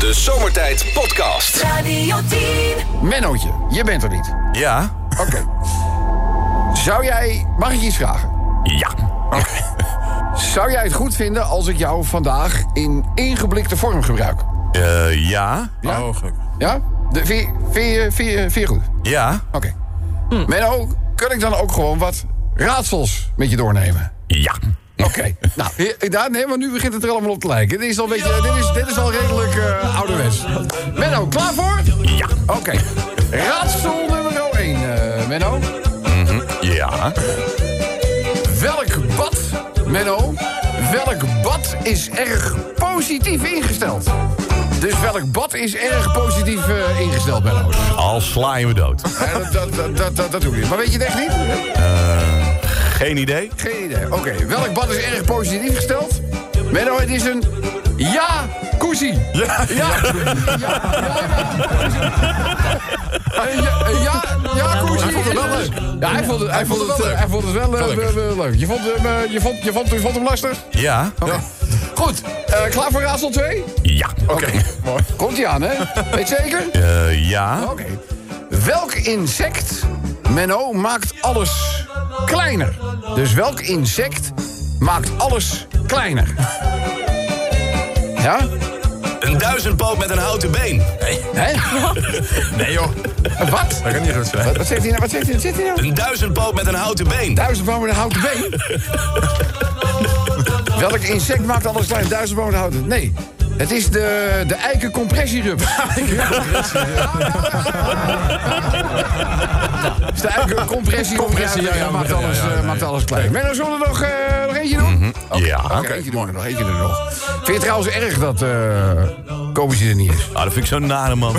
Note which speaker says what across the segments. Speaker 1: De Zomertijd Podcast.
Speaker 2: Radio 10.
Speaker 3: Mennootje, je bent er niet.
Speaker 4: Ja.
Speaker 3: Oké. Zou jij... Mag ik je iets vragen?
Speaker 4: Ja.
Speaker 3: Zou jij het goed vinden als ik jou vandaag in ingeblikte vorm gebruik?
Speaker 4: Eh, ja.
Speaker 3: Ja?
Speaker 5: Oh, gelukkig.
Speaker 3: Ja? De, vind, je, vind, je, vind, je, vind je goed?
Speaker 4: Ja.
Speaker 3: Oké. Menno, kan ik dan ook gewoon wat raadsels met je doornemen?
Speaker 4: Ja.
Speaker 3: Oké. nou, hier- daar, nee, maar nu begint het er allemaal op te lijken. Dit is al, een beetje, dit is, dit is al redelijk eh ouderwets. Menno, klaar voor?
Speaker 4: Ja.
Speaker 3: Oké. Raadsel nummer 1, eh, Menno.
Speaker 4: Ja.
Speaker 3: Welk bad, Menno, welk bad is erg positief ingesteld? Dus welk bad is erg positief eh, ingesteld, Menno?
Speaker 4: Al sla je me dood.
Speaker 3: Eh, dat, dat, dat, dat, dat, dat doe ik niet. Maar weet je het echt niet?
Speaker 4: Geen idee.
Speaker 3: Geen idee. Oké, welk bad is erg positief gesteld? Menno, het is een ja koesie.
Speaker 4: Ja.
Speaker 3: Ja, ja, ja, ja. Een ja- een ja, ja koesie.
Speaker 5: Hij vond het wel leuk.
Speaker 3: Ja, hij vond het, hij vond het, eh, hij vond het wel eh,
Speaker 5: Gelukkig.
Speaker 3: wel- wel leuk. Je vond hem, eh, je vond, je vond, je vond hem lastig?
Speaker 4: Ja.
Speaker 3: Oké. Goed, eh, klaar voor raadsel 2?
Speaker 4: Ja. Oké.
Speaker 3: Mooi. Komt ie aan, hè? Weet je zeker?
Speaker 4: Eh, ja.
Speaker 3: Oké. Welk insect, Menno, maakt alles kleiner? Dus welk insect maakt alles kleiner? Ja?
Speaker 6: Een duizendpoot met een houten been.
Speaker 3: Hè?
Speaker 4: Nee joh.
Speaker 3: Wat?
Speaker 5: Dat kan niet goed zijn.
Speaker 3: Wat, wat zegt hij nou? Wat zegt hij, zegt hij nou?
Speaker 6: Een duizendpoot met een houten been.
Speaker 3: Duizendboom met een houten been? Welk insect maakt alles kleiner? Duizendboom met een houten... Nee. Het is de, de eikencompressierups. Dus de eikencompressie
Speaker 5: Compressie, ja, ja,
Speaker 3: maakt,
Speaker 5: ja, ja,
Speaker 3: alles,
Speaker 5: ja,
Speaker 3: eh,
Speaker 5: ja, Mhm.
Speaker 3: maakt
Speaker 5: ja.
Speaker 3: alles klein. Menno, zullen we er nog, eh, nog eentje doen?
Speaker 4: Ja.
Speaker 3: Oké, eentje doen we er nog, eentje er nog. Vind je het trouwens erg dat eh Kobus er niet is?
Speaker 4: Ah, dat vind ik zo'n nare man.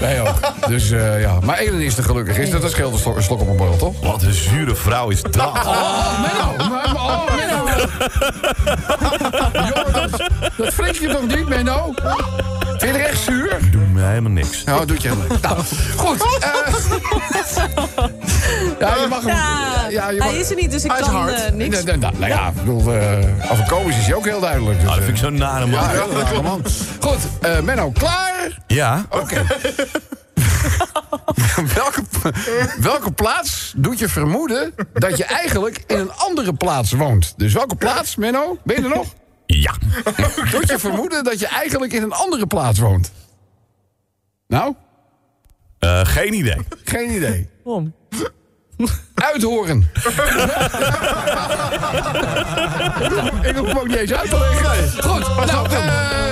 Speaker 3: Wij ook. Dus eh, ja, maar Elin is er gelukkig. Is dat een scheelt een slok, een slok op een borrel, toch?
Speaker 4: Wat een zure vrouw is dat.
Speaker 3: Oh, Menno! maar- maar- Oh, Menno! Jongen, dat, dat flik je toch niet, Menno? Vind je het echt zuur?
Speaker 4: Doe me helemaal niks. Ah,
Speaker 3: Nou, doet je helemaal niet. Nou, goed. eh. ja, je mag hem...
Speaker 7: Ja,
Speaker 3: je
Speaker 7: hij is er niet, dus ik
Speaker 3: Hij is
Speaker 7: kan,
Speaker 3: hard.
Speaker 7: eh, niks.
Speaker 3: Nee, nee, nou, nou ja, ik bedoel, eh over Kobus is hij ook heel duidelijk. Dus,
Speaker 4: Ah, dat vind ik
Speaker 3: eh,
Speaker 4: zo'n nare
Speaker 3: ja,
Speaker 4: man.
Speaker 3: heel duidelijk, man. Goed, eh, Menno, klaar?
Speaker 4: Ja.
Speaker 3: Oké. welke, welke plaats doet je vermoeden dat je eigenlijk in een andere plaats woont? Dus welke plaats, Menno, ben je er nog?
Speaker 4: Ja.
Speaker 3: Doet je vermoeden dat je eigenlijk in een andere plaats woont? Nou,
Speaker 4: Eh, geen idee.
Speaker 3: geen idee.
Speaker 7: Waarom?
Speaker 3: Uithoren. Ik hoef hem ook niet eens uit te leggen. Goed, nou, eh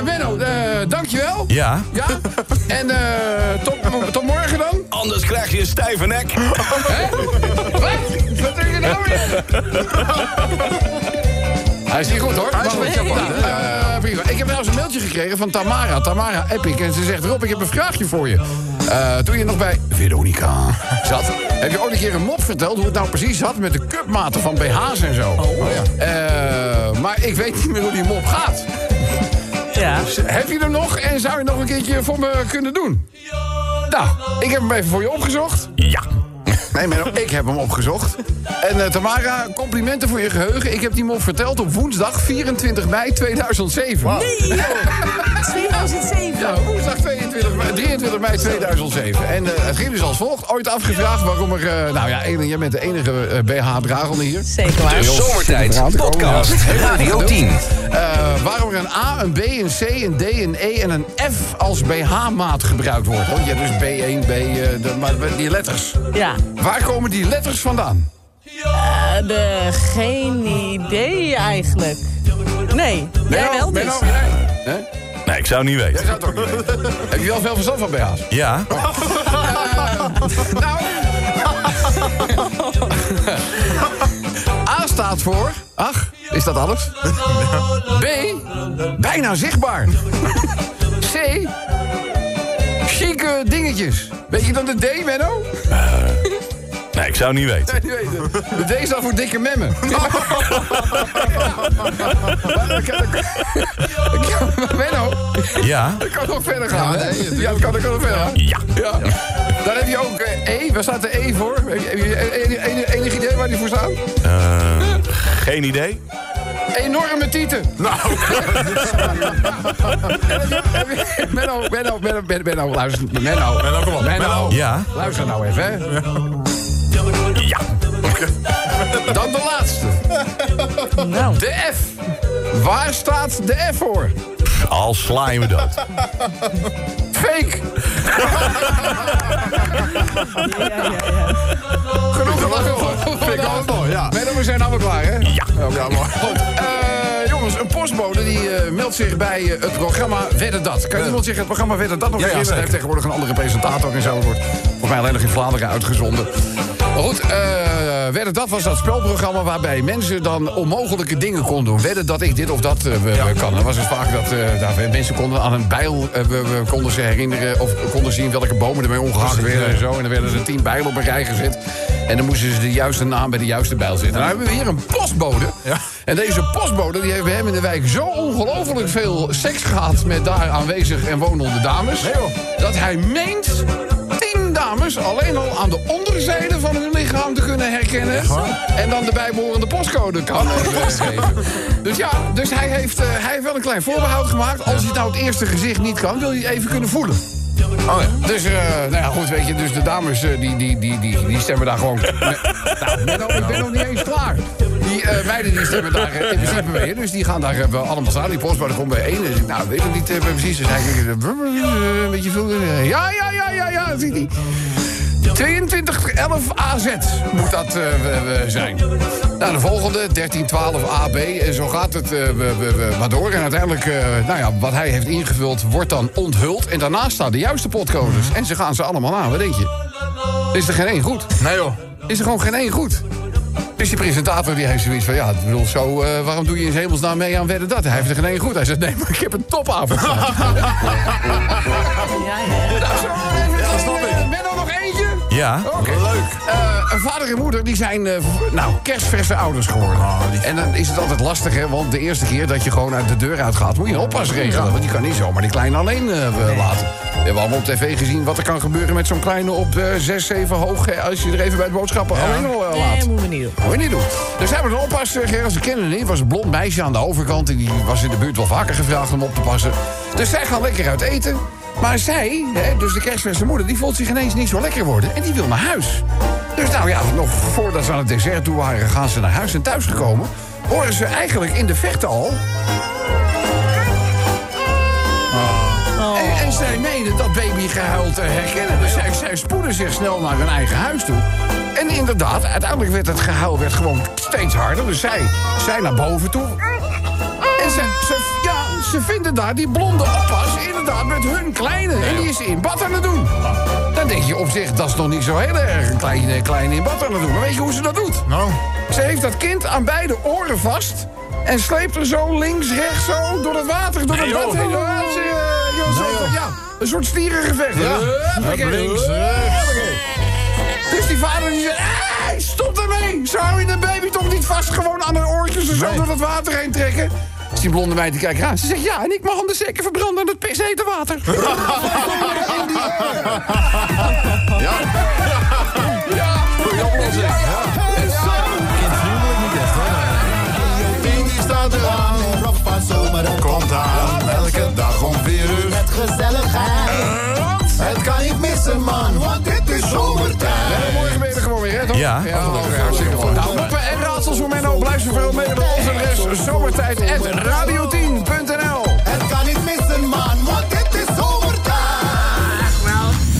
Speaker 3: Menno, eh, dankjewel.
Speaker 4: Ja.
Speaker 3: Ja? En eh, tot, tot morgen dan?
Speaker 6: Anders krijg je een stijve nek.
Speaker 3: Hè? Wat? Wat doe je nou weer? Hij is niet goed hoor. Maar goed, eh, prima. Ik heb nou eens een mailtje gekregen van Tamara. Tamara Epic. En ze zegt, Rob, ik heb een vraagje voor je. Eh, toen je nog bij Veronica zat... heb je ooit een keer een mop verteld... hoe het nou precies zat met de cupmaten van BH's en zo. Eh, maar ik weet niet meer hoe die mop gaat.
Speaker 7: Ja.
Speaker 3: Heb je hem nog en zou je nog een keertje voor me kunnen doen? Nou, ik heb hem even voor je opgezocht.
Speaker 4: Ja.
Speaker 3: Nee, Menno, ik heb hem opgezocht. En eh, Tamara, complimenten voor je geheugen. Ik heb die mop verteld op woensdag 24 mei 2007.
Speaker 7: Nee, joh. 2007.
Speaker 3: Ja, woensdag 22, mei- 23 mei 2007. En eh, het ging dus als volgt. Ooit afgevraagd waarom er... eh, nou ja, Elin, jij bent de enige eh, BH-dragende hier.
Speaker 7: Zeker waar.
Speaker 6: De Zomertijd Podcast. Radio 10.
Speaker 3: Eh, waarom er een A, een B, een C, een D, een E en een F als BH-maat gebruikt wordt. Want je hebt dus B1, B, eh, de, maar die letters.
Speaker 7: Ja,
Speaker 3: Waar komen die letters vandaan?
Speaker 7: eh, de, geen idee eigenlijk. Nee, jij
Speaker 3: Menno,
Speaker 7: wel dus.
Speaker 3: Menno, jij? Hè?
Speaker 4: Nee, ik zou het niet
Speaker 3: Jij
Speaker 4: weten.
Speaker 3: zou het ook niet weten. Heb je wel veel verstand van BH's?
Speaker 4: Ja.
Speaker 3: Nou. A staat voor. Ach, is dat alles? B. Bijna zichtbaar. C. Chique dingetjes. Weet je dan de D, Menno?
Speaker 4: Nee, ik zou het niet weten.
Speaker 3: Die weten. De D staat voor dikke memmen. Ja, maar dat kan- dat kan- maar Menno,
Speaker 4: Ja.
Speaker 3: dat kan nog verder gaan. hè? Ja, dat kan, dat kan nog verder gaan.
Speaker 4: Ja.
Speaker 3: Ja. Dan heb je ook eh, E. Waar staat de E voor? Heb je, heb je enig, enig idee waar die voor staat?
Speaker 4: Eh, geen idee.
Speaker 3: Enorme tieten.
Speaker 4: Nou,
Speaker 3: Menno, Menno, Menno, Menno, Menno, luister. Menno.
Speaker 4: Menno, kom op.
Speaker 3: Menno.
Speaker 4: Ja.
Speaker 3: Luister nou even, hè.
Speaker 4: ja.
Speaker 3: Dan de laatste.
Speaker 7: Nou.
Speaker 3: De F. Waar staat de F voor?
Speaker 4: Al sla je me dood.
Speaker 3: Fake.
Speaker 7: Ja, ja, ja.
Speaker 3: Genoeg gelachen.
Speaker 4: Vind ik ook mooi, ja.
Speaker 3: Menno, we zijn allemaal klaar, hè?
Speaker 4: Ja.
Speaker 3: Ja, maar goed. Eh, jongens, een postbode die eh, meldt zich bij eh, het programma Wedden Dat. Kan iemand zich het programma Wedden Dat nog
Speaker 4: Ja, ja,
Speaker 3: herinneren? Hij
Speaker 4: zeker.
Speaker 3: heeft tegenwoordig een andere presentator en zo. Het Wordt volgens mij alleen nog in Vlaanderen uitgezonden. Maar goed, eh, Wedden Dat was dat spelprogramma waarbij mensen dan onmogelijke dingen konden doen. Wedden dat ik dit of dat eh, we- we kan. Dat was het vaak dat eh, daar mensen konden aan een bijl eh, we, we konden ze herinneren of konden zien welke bomen ermee omgehakt werden en zo. En dan werden er tien bijlen op een rij gezet. En dan moesten ze de juiste naam bij de juiste bijl zetten. Nou hebben we hier een postbode. En deze postbode die heeft bij hem in de wijk zo ongelooflijk veel seks gehad met daar aanwezig en wonende dames. dat hij meent tien dames alleen al aan de onderzijde van hun lichaam te kunnen herkennen. En dan de bijbehorende postcode kan eh, geven. Dus ja, dus hij heeft, eh, hij heeft wel een klein voorbehoud gemaakt. Als hij het nou het eerste gezicht niet kan, wil hij het even kunnen voelen.
Speaker 4: Oh ja.
Speaker 3: Dus, eh, nou ja, goed, weet je, dus de dames eh, die, die, die, die, die stemmen daar gewoon. Nee, nou, Menno, ik ben nog niet eens klaar. Die eh, meiden die stemmen daar eh, in principe mee. in. Dus die gaan daar eh, allemaal staan. Die postbode komt bij één. En zegt, nou, weet ik niet eh, precies. Dus hij kijkt, eh, brr, brr, brr, een beetje veel. eh, Ja, ja, ja, ja, ja, ziet hij. 2211 AZ moet dat eh, we- we zijn. Nou, de volgende, 1312 AB. En zo gaat het eh, we- we- we- maar door. En uiteindelijk, eh, nou ja, wat hij heeft ingevuld, wordt dan onthuld. En daarnaast staan de juiste potcodes. En ze gaan ze allemaal aan, wat denk je? Is er geen één goed?
Speaker 4: Nee joh.
Speaker 3: Is er gewoon geen één goed? Dus die presentator die heeft zoiets van, ja, ik bedoel, zo, eh, waarom doe je in hemelsnaam mee aan wedden dat? Hij heeft er geen één goed. Hij zegt, nee, maar ik heb een topavond.
Speaker 7: Ja, ja.
Speaker 3: Nou, zo, even,
Speaker 4: Ja, snap ik.
Speaker 3: eh, Menno, nog eentje?
Speaker 4: Ja.
Speaker 3: Oké. Eh, een vader en moeder die zijn eh, v- nou, kerstverse ouders geworden. en dan is het altijd lastig, hè? Want de eerste keer dat je gewoon uit de deur uit gaat, moet je een oppas regelen. Want je kan niet zomaar die kleine alleen eh, we- laten. We hebben allemaal op tv gezien wat er kan gebeuren met zo'n kleine op eh 6, 7 hoog. eh, Als je er even bij de boodschappen alleen al eh, laat.
Speaker 7: Nee, moet we niet doen.
Speaker 3: Moet je niet doen. Dus hij was een oppasser, Gerard. Ze kennen hem niet. was een blond meisje aan de overkant. En die was in de buurt wel vaker gevraagd om op te passen. Dus zij gaan lekker uit eten. Maar zij, hè, dus de kerstverse moeder, die voelt zich ineens niet zo lekker worden. En die wil naar huis. Dus nou ja, nog voordat ze aan het dessert toe waren, gaan ze naar huis en thuis gekomen. Horen ze eigenlijk in de vechten al.
Speaker 4: Oh.
Speaker 3: En, en zij menen dat babygehuil te herkennen. Dus zij, zij spoeden zich snel naar hun eigen huis toe. En inderdaad, uiteindelijk werd het gehuil werd gewoon steeds harder. Dus zij, zij naar boven toe. En ze, ze, ja, ze vinden daar die blonde oppas inderdaad met hun kleine. En die is in bad aan het doen. Dan denk je op zich, dat is nog niet zo heel erg. Een kleine, kleine in bad aan het doen. Maar weet je hoe ze dat doet?
Speaker 4: Nou.
Speaker 3: Ze heeft dat kind aan beide oren vast. En sleept er zo links, rechts, zo door het water, door het
Speaker 4: joh.
Speaker 3: bed heen. Ja, ze, eh, joh, zo van- ja, een soort stierengevecht. Ja. eh. Huppakee.
Speaker 4: Links,
Speaker 3: Dus die vader die zegt, "Hey, stop daarmee. Zo hou je de baby toch niet vast gewoon aan haar oortjes en zo
Speaker 4: Nee.
Speaker 3: door het water heen trekken. Dus die blonde meid die kijkt aan. Ze zegt, ja, en ik mag hem dus zeker verbranden aan het pishete water. ja.
Speaker 4: Goeie oplossing.
Speaker 3: En zo-
Speaker 4: Die staat eraan. Papa zomer komt aan. Elke dag om 4 uur.
Speaker 2: Het gezelligheid. Het kan niet missen, man, want dit is zomertijd.
Speaker 3: En morgen ben je er gewoon weer, hè? Toch?
Speaker 4: Ja.
Speaker 3: gelukkig. hartstikke mooi. Nou, moppen en raadsels voor Menno. Blijf zoveel mee met onze rest. Zomertijd at radio10.nl.
Speaker 2: Het kan niet missen, man, want dit is zomertijd.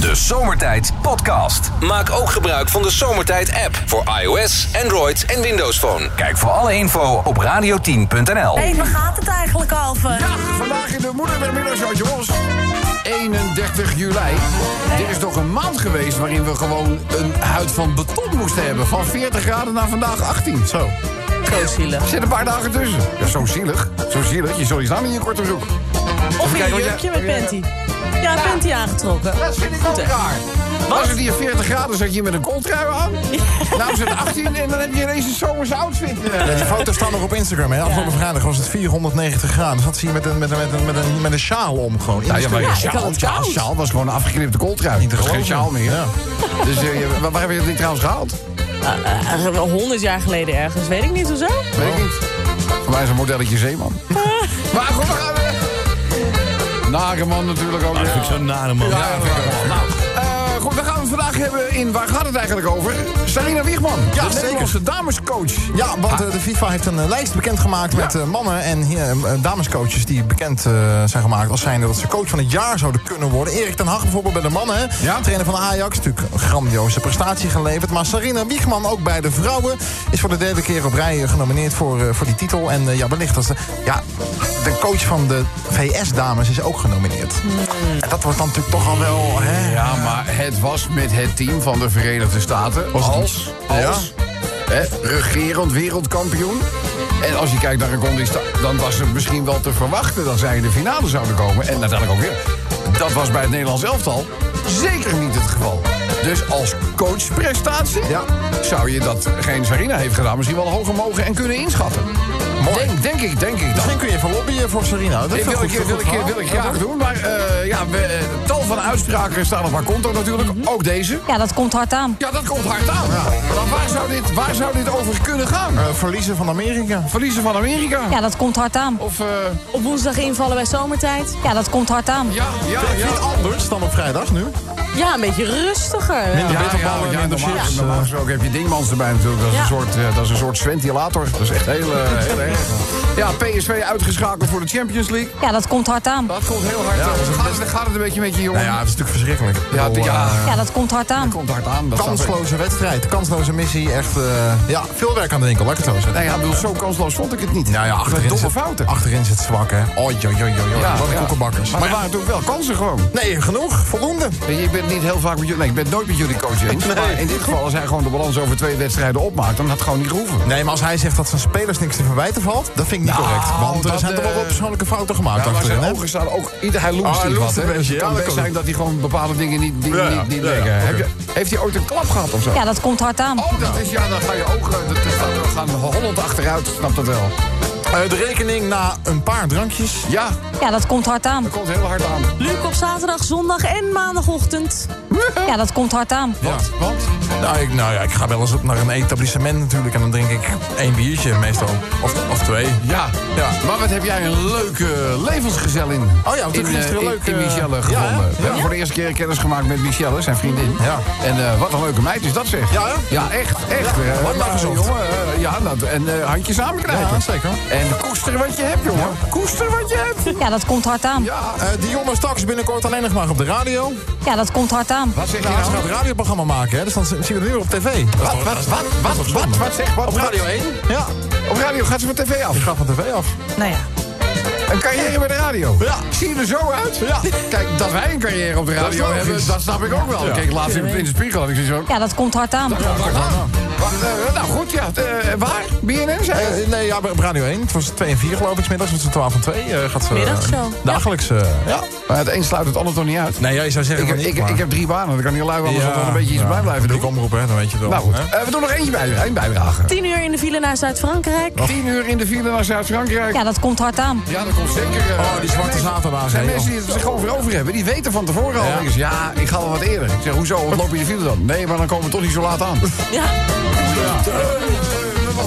Speaker 6: De Zomertijd Podcast.
Speaker 1: Maak ook gebruik van de Zomertijd-app voor iOS, Android en Windows Phone.
Speaker 6: Kijk voor alle info op radio10.nl.
Speaker 5: Hé, waar gaat het eigenlijk over?
Speaker 3: Ja, vandaag in de Moeder met Middagshow, jongens. 31 juli. Er is nog een maand geweest waarin we gewoon een huid van beton moesten hebben. Van 40 graden naar vandaag 18. Zo.
Speaker 7: Zo zielig.
Speaker 3: Er zitten een paar dagen tussen. Ja, zo zielig. Zo zielig. Je zult je staan in je korte broek.
Speaker 7: Of in
Speaker 3: Kijk,
Speaker 7: een
Speaker 3: wat
Speaker 7: jurkje
Speaker 3: jij-
Speaker 7: met panty. Ja, panty aangetrokken.
Speaker 3: Dat vind ik ook
Speaker 7: hè?
Speaker 3: raar. Was het hier 40 graden, zat je hier met een kooltrui aan. Nou is het 18 en dan heb je ineens een zomerse outfit. eh.
Speaker 8: Ja, die foto's staan nog op Instagram. Hè. Afgelopen vrijdag was het 490 graden. Zat ze hier met een, met een, met een, met een, met een sjaal om gewoon. In de
Speaker 3: ja, maar
Speaker 8: studio.
Speaker 3: een
Speaker 7: ik had
Speaker 3: sjaal,
Speaker 7: het
Speaker 3: ja,
Speaker 7: koud.
Speaker 3: een sjaal was gewoon een afgeknipte kooltrui.
Speaker 8: Niet te
Speaker 3: Dat is geen sjaal
Speaker 8: geloven.
Speaker 3: meer.
Speaker 8: Ja.
Speaker 3: Dus eh, je- waar, waar heb je dat ding trouwens gehaald?
Speaker 7: Eh, Honderd jaar geleden ergens, weet ik niet hoezo.
Speaker 8: Nou.
Speaker 3: Weet ik niet. Maar Wij zijn modelletje zeeman. maar goed, we gaan weer. Nageman natuurlijk
Speaker 8: Nou,
Speaker 4: Ah,
Speaker 9: Dat
Speaker 3: ook. weer.
Speaker 9: vind ik zo'n nare man.
Speaker 3: Ja, ja, vind ik ook wel. Nou, eh, goed, dan gaan we het vandaag hebben in... Waar gaat het eigenlijk over? Sarina Wiegman, de
Speaker 8: zeker.
Speaker 3: Nederlandse damescoach. Ah.
Speaker 8: Ja, want eh, de FIFA heeft een eh, lijst bekendgemaakt met eh, mannen en eh, eh, damescoaches die bekend eh, zijn gemaakt als zijnde dat ze coach van het jaar zouden kunnen worden. Erik ten Hag bijvoorbeeld bij de mannen, hè?
Speaker 3: Ja.
Speaker 8: trainer van Ajax, natuurlijk een grandioze prestatie geleverd. Maar Sarina Wiegman, ook bij de vrouwen, is voor de derde keer op rij eh, genomineerd voor, eh, voor die titel. En eh, ja, wellicht dat ze... Ja, de coach van de VS-dames is ook genomineerd. En dat wordt dan natuurlijk toch al wel... Hè?
Speaker 3: Ja, maar het was met het team van de Verenigde Staten als, als hè, regerend wereldkampioen. En als je kijkt naar een conditie, dan was het misschien wel te verwachten dat zij in de finale zouden komen. En uiteindelijk ook weer. Dat was bij het Nederlands elftal zeker niet het geval. Dus als coachprestatie
Speaker 8: Ja.
Speaker 3: zou je dat geen Sarina heeft gedaan misschien wel hoger mogen en kunnen inschatten.
Speaker 8: Mooi.
Speaker 3: Denk, denk ik, denk ik dan.
Speaker 8: Misschien kun je even lobbyen voor Sarina. Dat
Speaker 3: Ik
Speaker 8: is
Speaker 3: wil,
Speaker 8: wel
Speaker 3: ik,
Speaker 8: goed,
Speaker 3: wil,
Speaker 8: goed
Speaker 3: ik, wil ik
Speaker 8: verhaal.
Speaker 3: graag doen, maar eh, ja, we, eh, tal van uitspraken staan op haar konto natuurlijk. Ook deze.
Speaker 5: Ja, dat komt hard aan.
Speaker 3: Ja, dat komt hard aan. Maar waar zou, dit, waar zou dit over kunnen gaan?
Speaker 8: Eh, verliezen van Amerika.
Speaker 3: Verliezen van Amerika?
Speaker 5: Ja, dat komt hard aan.
Speaker 3: Of, eh,
Speaker 7: Op woensdag invallen bij zomertijd.
Speaker 5: Ja, dat komt hard aan.
Speaker 3: ja, ja, ja.
Speaker 8: Niet anders dan op vrijdag nu.
Speaker 7: Ja, een beetje rustiger.
Speaker 8: Minder
Speaker 3: Ja, ja,
Speaker 8: bitterballen,
Speaker 3: ja,
Speaker 8: minder
Speaker 3: normaal,
Speaker 8: chips.
Speaker 3: normaal gesproken heb je Dingmans erbij natuurlijk. Dat is, een
Speaker 7: Ja.
Speaker 3: soort, eh, dat is een soort ventilator. Dat is echt heel, eh, heel erg. Ja, PSV uitgeschakeld voor de Champions League.
Speaker 5: Ja, dat komt hard aan.
Speaker 3: Dat komt heel hard. eh, gaat, het, gaat het een beetje met je, jongen?
Speaker 8: Nou ja, het is natuurlijk verschrikkelijk. Ik
Speaker 3: ja,
Speaker 8: bedoel,
Speaker 3: die- ja,
Speaker 8: eh,
Speaker 5: Ja, dat komt hard aan.
Speaker 3: komt hard aan. Dat staat-
Speaker 8: kansloze wedstrijd, kansloze missie. Echt eh, ja, veel werk aan de winkel, laat ik het zo zeggen.
Speaker 3: Nou ja, ik bedoel, zo kansloos vond ik het niet.
Speaker 8: Nou ja, achterin,
Speaker 3: domme
Speaker 8: zit,
Speaker 3: fouten.
Speaker 8: achterin zit zwak, hè. Oi, joi, joi, joi,
Speaker 3: Ja,
Speaker 8: Wat een
Speaker 3: ja.
Speaker 8: koekenbakkers.
Speaker 3: Maar,
Speaker 8: Maar
Speaker 3: er
Speaker 8: ja,
Speaker 3: waren natuurlijk wel kansen gewoon.
Speaker 8: nee, genoeg, voldoende.
Speaker 3: Weet je, Ik ben het niet heel vaak met jullie. Nee, ik ben het nooit met jullie coach eens. Maar in dit geval, als hij gewoon de balans over twee wedstrijden opmaakt, dan had het gewoon niet gehoeven.
Speaker 8: Nee, maar als hij zegt dat zijn spelers niks te verwijten valt, dat vind ik niet
Speaker 3: Nou,
Speaker 8: correct. Want er
Speaker 3: dat,
Speaker 8: zijn toch wel
Speaker 3: eh,
Speaker 8: wat persoonlijke fouten gemaakt
Speaker 3: Ja, maar
Speaker 8: achterin,
Speaker 3: zijn
Speaker 8: hè?
Speaker 3: ogen staan ook... Ieder, Ah, hij loest
Speaker 8: Oh, hij
Speaker 3: hier
Speaker 8: loest
Speaker 3: wat,
Speaker 8: een
Speaker 3: hè?
Speaker 8: beetje,
Speaker 3: Het kan
Speaker 8: ja, dat
Speaker 3: best
Speaker 8: kan
Speaker 3: zijn dat hij gewoon bepaalde dingen niet, die,
Speaker 8: Ja, ja,
Speaker 3: niet, niet
Speaker 8: ja, ja,
Speaker 3: liggen.
Speaker 8: oké.
Speaker 3: Heb je, heeft hij ooit een klap gehad of zo?
Speaker 5: Ja, dat komt hard aan.
Speaker 3: Oh, dat is... Ja, dan ga je ogen... Dat, dat staat- we gaan Holland achteruit, snap dat wel.
Speaker 8: Eh, de rekening na een paar drankjes.
Speaker 3: Ja,
Speaker 5: Ja, dat komt hard aan.
Speaker 3: dat komt heel hard aan.
Speaker 7: Luc op zaterdag, zondag en maandagochtend.
Speaker 5: Ja, dat komt hard aan.
Speaker 3: Want, want...
Speaker 8: Nou, ik, nou ja, ik ga wel eens op naar een etablissement natuurlijk. En dan drink ik één biertje meestal. Of, of twee.
Speaker 3: Ja, ja, maar wat heb jij een leuke levensgezel in?
Speaker 8: Oh ja, we hebben
Speaker 3: in, eh,
Speaker 8: gisteren
Speaker 3: in,
Speaker 8: leuk,
Speaker 3: in
Speaker 8: eh,
Speaker 3: Michelle
Speaker 8: ja,
Speaker 3: gevonden.
Speaker 8: hè?
Speaker 3: We hebben voor de eerste keer kennis gemaakt met Michelle, zijn vriendin.
Speaker 8: Ja.
Speaker 3: En eh, wat een leuke meid is dat zeg.
Speaker 8: Ja, hè?
Speaker 3: Ja, echt, echt. Eh,
Speaker 8: lang maar
Speaker 3: eh,
Speaker 8: gezocht.
Speaker 3: Jongen, eh, ja, dat, en eh, handjes samenknijpen.
Speaker 8: Ja, zeker.
Speaker 3: En koester wat je hebt, jongen. Koester wat je hebt.
Speaker 5: Ja, dat komt hard aan.
Speaker 3: Ja.
Speaker 8: Eh Dionne straks binnenkort alleen nog maar op de radio.
Speaker 5: Ja, dat komt hard aan.
Speaker 3: Wat zeg je
Speaker 8: Nou, ze
Speaker 3: nou?
Speaker 8: gaat een radioprogramma maken, hè? Dus dan zien we het weer op tv. Dat is
Speaker 3: Wat,
Speaker 8: toch-
Speaker 3: wat, wat, wat, wat, wat, wat zeg wat,
Speaker 8: Op Radio
Speaker 3: wat?
Speaker 8: 1? Ja.
Speaker 3: Op radio gaat ze van tv af.
Speaker 8: Ik ga van tv af.
Speaker 7: Nou ja.
Speaker 3: Een carrière bij de radio.
Speaker 8: Ja.
Speaker 3: Zie je er zo uit?
Speaker 8: Ja.
Speaker 3: Kijk, dat wij een carrière op de radio
Speaker 8: logisch.
Speaker 3: hebben, dat snap ik ook wel. Kijk, laatst in, in de spiegel had ik zoiets van,
Speaker 5: Ja, dat komt hard aan.
Speaker 3: Ah, wacht, eh, nou goed, ja. Eh, waar? BNN zei je?
Speaker 8: Eh, nee, ja, op Radio 1. Het was 2 en 4 geloof ik. 's middags was het 12 en 2. eh, gaat ze,
Speaker 7: Middagshow.
Speaker 8: Dagelijks. eh, ja.
Speaker 3: Maar het een sluit het ander toch niet uit?
Speaker 8: Nee, jij zou zeggen
Speaker 3: Ik,
Speaker 8: van
Speaker 3: ik,
Speaker 8: niet, maar-
Speaker 3: ik heb drie banen, dan kan die lui wel
Speaker 8: Ja,
Speaker 3: ja, een beetje iets
Speaker 8: ja.
Speaker 3: bij blijven
Speaker 8: Ik
Speaker 3: doen.
Speaker 8: omroep, hè, dan weet je het wel.
Speaker 3: Nou goed,
Speaker 8: hè?
Speaker 3: eh, we doen nog eentje bij, één bijdrage.
Speaker 7: Tien uur in de file naar Zuid-Frankrijk.
Speaker 3: 10 uur in de file naar Zuid-Frankrijk.
Speaker 5: Ja,
Speaker 3: Ja.
Speaker 5: dat komt hard aan.
Speaker 3: dat komt zeker... eh,
Speaker 8: Oh, die zwarte
Speaker 3: mensen-
Speaker 8: zaterdagen,
Speaker 3: zijn
Speaker 8: hè,
Speaker 3: mensen die
Speaker 8: joh.
Speaker 3: het er zich over over hebben, die weten van tevoren al.
Speaker 8: Ja.
Speaker 3: Ja. ja, ik ga wel wat eerder. Ik zeg, hoezo, wat loop je de file dan? Nee, maar dan komen we toch niet zo laat aan.
Speaker 7: Ja.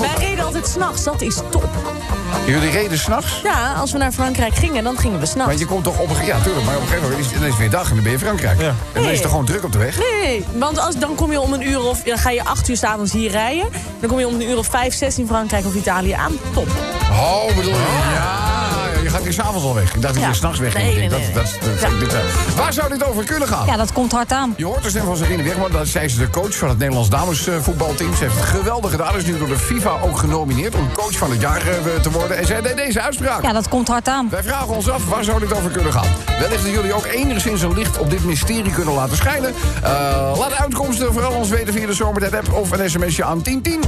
Speaker 7: Wij reden altijd s'nachts, dat is top.
Speaker 3: Jullie reden s'nachts?
Speaker 7: Ja, als we naar Frankrijk gingen, dan gingen we
Speaker 3: Want
Speaker 7: s'nachts.
Speaker 3: je komt toch op een... ge- Ja, tuurlijk, maar op een gegeven moment is, dan is het weer dag en dan ben je in Frankrijk. En dan is het toch gewoon druk op de weg.
Speaker 7: Nee, want als, dan kom je om een uur of... Dan ga je acht uur s'avonds hier rijden. Dan kom je om een uur of vijf, zes in Frankrijk of Italië aan. Top.
Speaker 3: Oh, bedoel je? Ja, je gaat hier s'avonds al weg. Ik dacht dat je
Speaker 7: Ah. Ja.
Speaker 3: s'nachts weg ging.
Speaker 7: Nee,
Speaker 3: Ik denk,
Speaker 7: nee, nee,
Speaker 3: dat, dat, dat, dit zou- Waar zou dit over kunnen gaan?
Speaker 5: Ja, dat komt hard aan.
Speaker 3: Je hoort de stem van Sarine Wegman. Dat zij is de coach van het Nederlands damesvoetbalteam. Ze heeft het geweldig gedaan. Is nu door de FIFA ook genomineerd om coach van het jaar eh, te worden. En zij deed deze uitspraak.
Speaker 5: Ja, dat komt hard aan.
Speaker 3: Wij vragen ons af, waar zou dit over kunnen gaan? Wellicht dat jullie ook enigszins een licht op dit mysterie kunnen laten schijnen. Eh, laat de uitkomsten vooral ons weten via de Zomertijd-app of een sms'je aan 1010.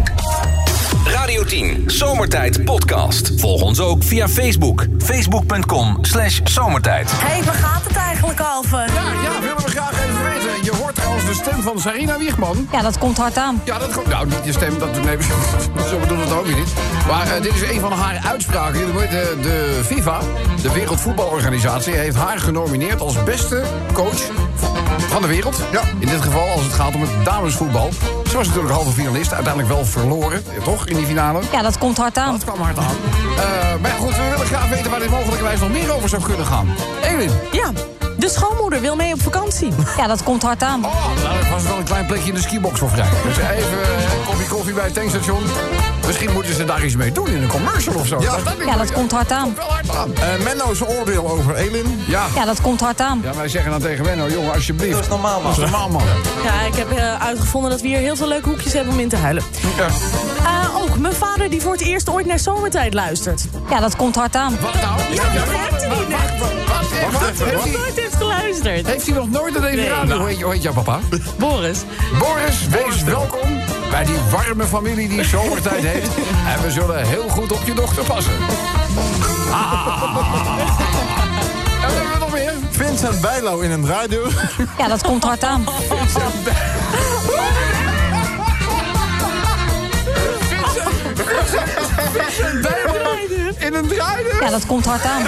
Speaker 1: Radio 10, Zomertijd Podcast. Volg ons ook via Facebook.
Speaker 6: Facebook.com slash zomertijd.
Speaker 5: Hé, hey, waar gaat het eigenlijk
Speaker 7: eh.
Speaker 5: over?
Speaker 3: Ja, ja, willen we graag even weten. Je hoort trouwens de stem van Sarina Wiegman.
Speaker 5: Ja, dat komt hard aan.
Speaker 3: Ja, dat komt. Nou, niet je stem, dat nee, zo bedoel ik het ook weer niet. Maar eh, dit is een van haar uitspraken. Jullie weten, De, de FIFA, de Wereldvoetbalorganisatie, heeft haar genomineerd als beste coach van de wereld.
Speaker 8: Ja.
Speaker 3: In dit geval als het gaat om het damesvoetbal. Ze was natuurlijk halve finalist, uiteindelijk wel verloren, eh, toch, in die finale.
Speaker 5: Ja, dat komt hard aan.
Speaker 3: Dat kwam hard aan. Eh, maar ja, goed, we willen graag weten waar dit mogelijkerwijs nog meer over zou kunnen gaan. Edwin,
Speaker 7: Ja, de schoonmoeder wil mee op vakantie.
Speaker 5: Ja, dat komt hard aan.
Speaker 3: oh, nou, er was wel een klein plekje in de skibox voor vrij. Dus even eh, een kopje koffie bij het tankstation. Misschien moeten ze daar iets mee doen in een commercial of zo.
Speaker 8: Ja.
Speaker 3: Was niet
Speaker 5: Ja,
Speaker 3: mooi?
Speaker 5: dat komt hard aan.
Speaker 3: Wel hard aan.
Speaker 8: Eh, Menno's oordeel over Elin.
Speaker 3: Ja.
Speaker 5: Ja, dat komt hard aan.
Speaker 3: Ja, wij zeggen dan tegen Menno, jongen, alsjeblieft. Dat is normaal, man. Dat is normaal, man.
Speaker 7: Ja, ik heb eh, uitgevonden dat we hier heel veel leuke hoekjes hebben om in te huilen. Eh, ook mijn vader die voor het eerst ooit naar zomertijd luistert.
Speaker 5: Ja, dat komt hard aan.
Speaker 3: Wat nou?
Speaker 7: Ja, dat begrijpt u niet net.
Speaker 3: Wacht even,
Speaker 7: Nog
Speaker 3: heeft hij-
Speaker 7: nooit heeft geluisterd.
Speaker 3: Heeft hij nog nooit naar deze
Speaker 7: Nee.
Speaker 3: radio? Hoe heet- Hoe heet jouw papa?
Speaker 7: Boris.
Speaker 3: Boris, wees welkom bij die warme familie die zomertijd heeft. En we zullen heel goed op je dochter passen. Ah. En wat hebben we nog meer?
Speaker 8: Vincent Bijlo in een draaideur.
Speaker 5: Ja, dat komt hard aan.
Speaker 3: In een draaideur?
Speaker 5: Ja, dat komt hard aan.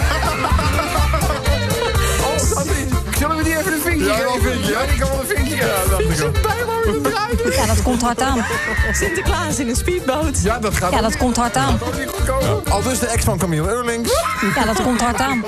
Speaker 3: Oh, Zullen we die even een vinkje
Speaker 8: Ja, wel een
Speaker 3: geven?
Speaker 8: vinkje,
Speaker 3: Ja, die kan wel een vinkje geven. Zijn bijlo in een draaideur?
Speaker 5: Ja, dat komt hard aan.
Speaker 7: Sinterklaas in een speedboot.
Speaker 3: Ja, dat gaat
Speaker 5: Ja, dat komt hard aan.
Speaker 3: ook niet goed komen.
Speaker 8: Al dus de ex van Camille Eurlings.
Speaker 5: Ja, dat komt hard aan.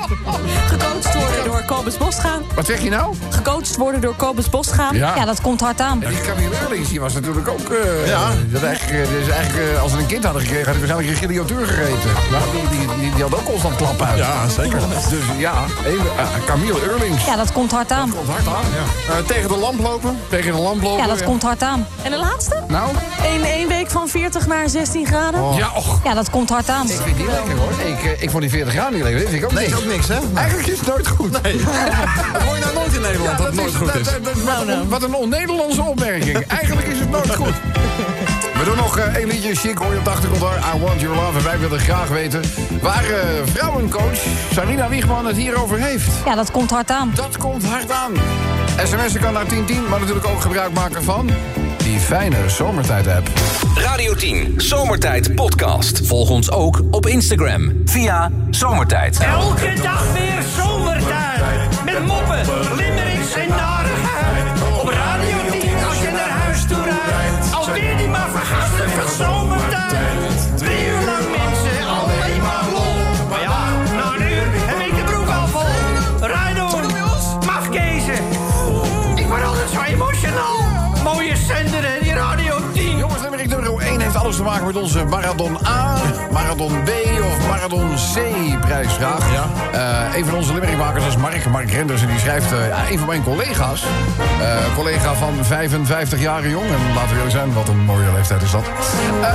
Speaker 7: Gecoacht worden door Kobus Bosgaan.
Speaker 3: Wat zeg je nou?
Speaker 7: Gecoacht worden door Kobus Bosgaan.
Speaker 5: Ja, dat komt hard aan.
Speaker 3: Ja, die Camille Eurlings die was natuurlijk ook... eh,
Speaker 8: Ja.
Speaker 3: Dat eigenlijk, eh, dus eigenlijk, eh, als ze een kind hadden gekregen, had hij waarschijnlijk een giliotuur gegeten. Maar die, die, die, die had ook constant klap uit.
Speaker 8: Ja, zeker.
Speaker 3: Dus ja, even, eh, Camille Eurlings.
Speaker 5: Ja, dat komt hard aan.
Speaker 3: Komt hard aan, ja.
Speaker 8: Eh, tegen de lamp lopen.
Speaker 3: Tegen de lamp lopen.
Speaker 5: Ja, dat komt hard aan.
Speaker 7: En de laatste?
Speaker 3: Nou?
Speaker 7: In één week van 40 naar 16 graden.
Speaker 3: Ja, och.
Speaker 5: Ja, dat komt hard aan.
Speaker 3: Ik vind die lekker, hoor. Ik, eh, ik vond die 40 graden niet lekker. Dat vind ik ook
Speaker 8: Nee,
Speaker 3: niks.
Speaker 8: is ook niks, hè?
Speaker 3: Eigenlijk is het nooit goed. Nee.
Speaker 8: Dat hoor je nou nooit in Nederland, dat, het nooit goed is.
Speaker 3: Wat een on-Nederlandse opmerking. Eigenlijk is het nooit goed. We doen nog eh, één liedje chic, hoor je op de achtergrond hoor. I Want Your Love. En wij willen graag weten waar eh, vrouwencoach Sarina Wiegman het hier over heeft.
Speaker 5: Ja, dat komt hard aan.
Speaker 3: Dat komt hard aan. SMS'en kan naar 1010, maar natuurlijk ook gebruik maken van die fijne zomertijd-app.
Speaker 1: Radio 10, Zomertijd Podcast. Volg ons ook op Instagram.
Speaker 6: Via Zomertijd.
Speaker 9: Elke dag weer zomertijd. Met moppen, limericks en narigheid. Op Radio 10 als je naar huis toe rijdt. Alweer die maar vergasten van zomertijd. Drie uur lang mensen, alleen maar lol. Maar ja, na een uur heb ik de broek al vol. Rijd door, mafkezen. Ik word altijd zo emotional. Mooie zender en die Radio 10.
Speaker 3: Jongens, Limerick nummer 1 heeft alles te maken met onze Marathon A, Marathon B of Marathon C prijsvraag. Ja. een van onze Limerickmakers is Mark, Mark Renders. En die schrijft, eh, ja, een van mijn collega's, eh, collega van 55 jaar jong. En laten we eerlijk zijn, wat een mooie leeftijd is dat. Eh,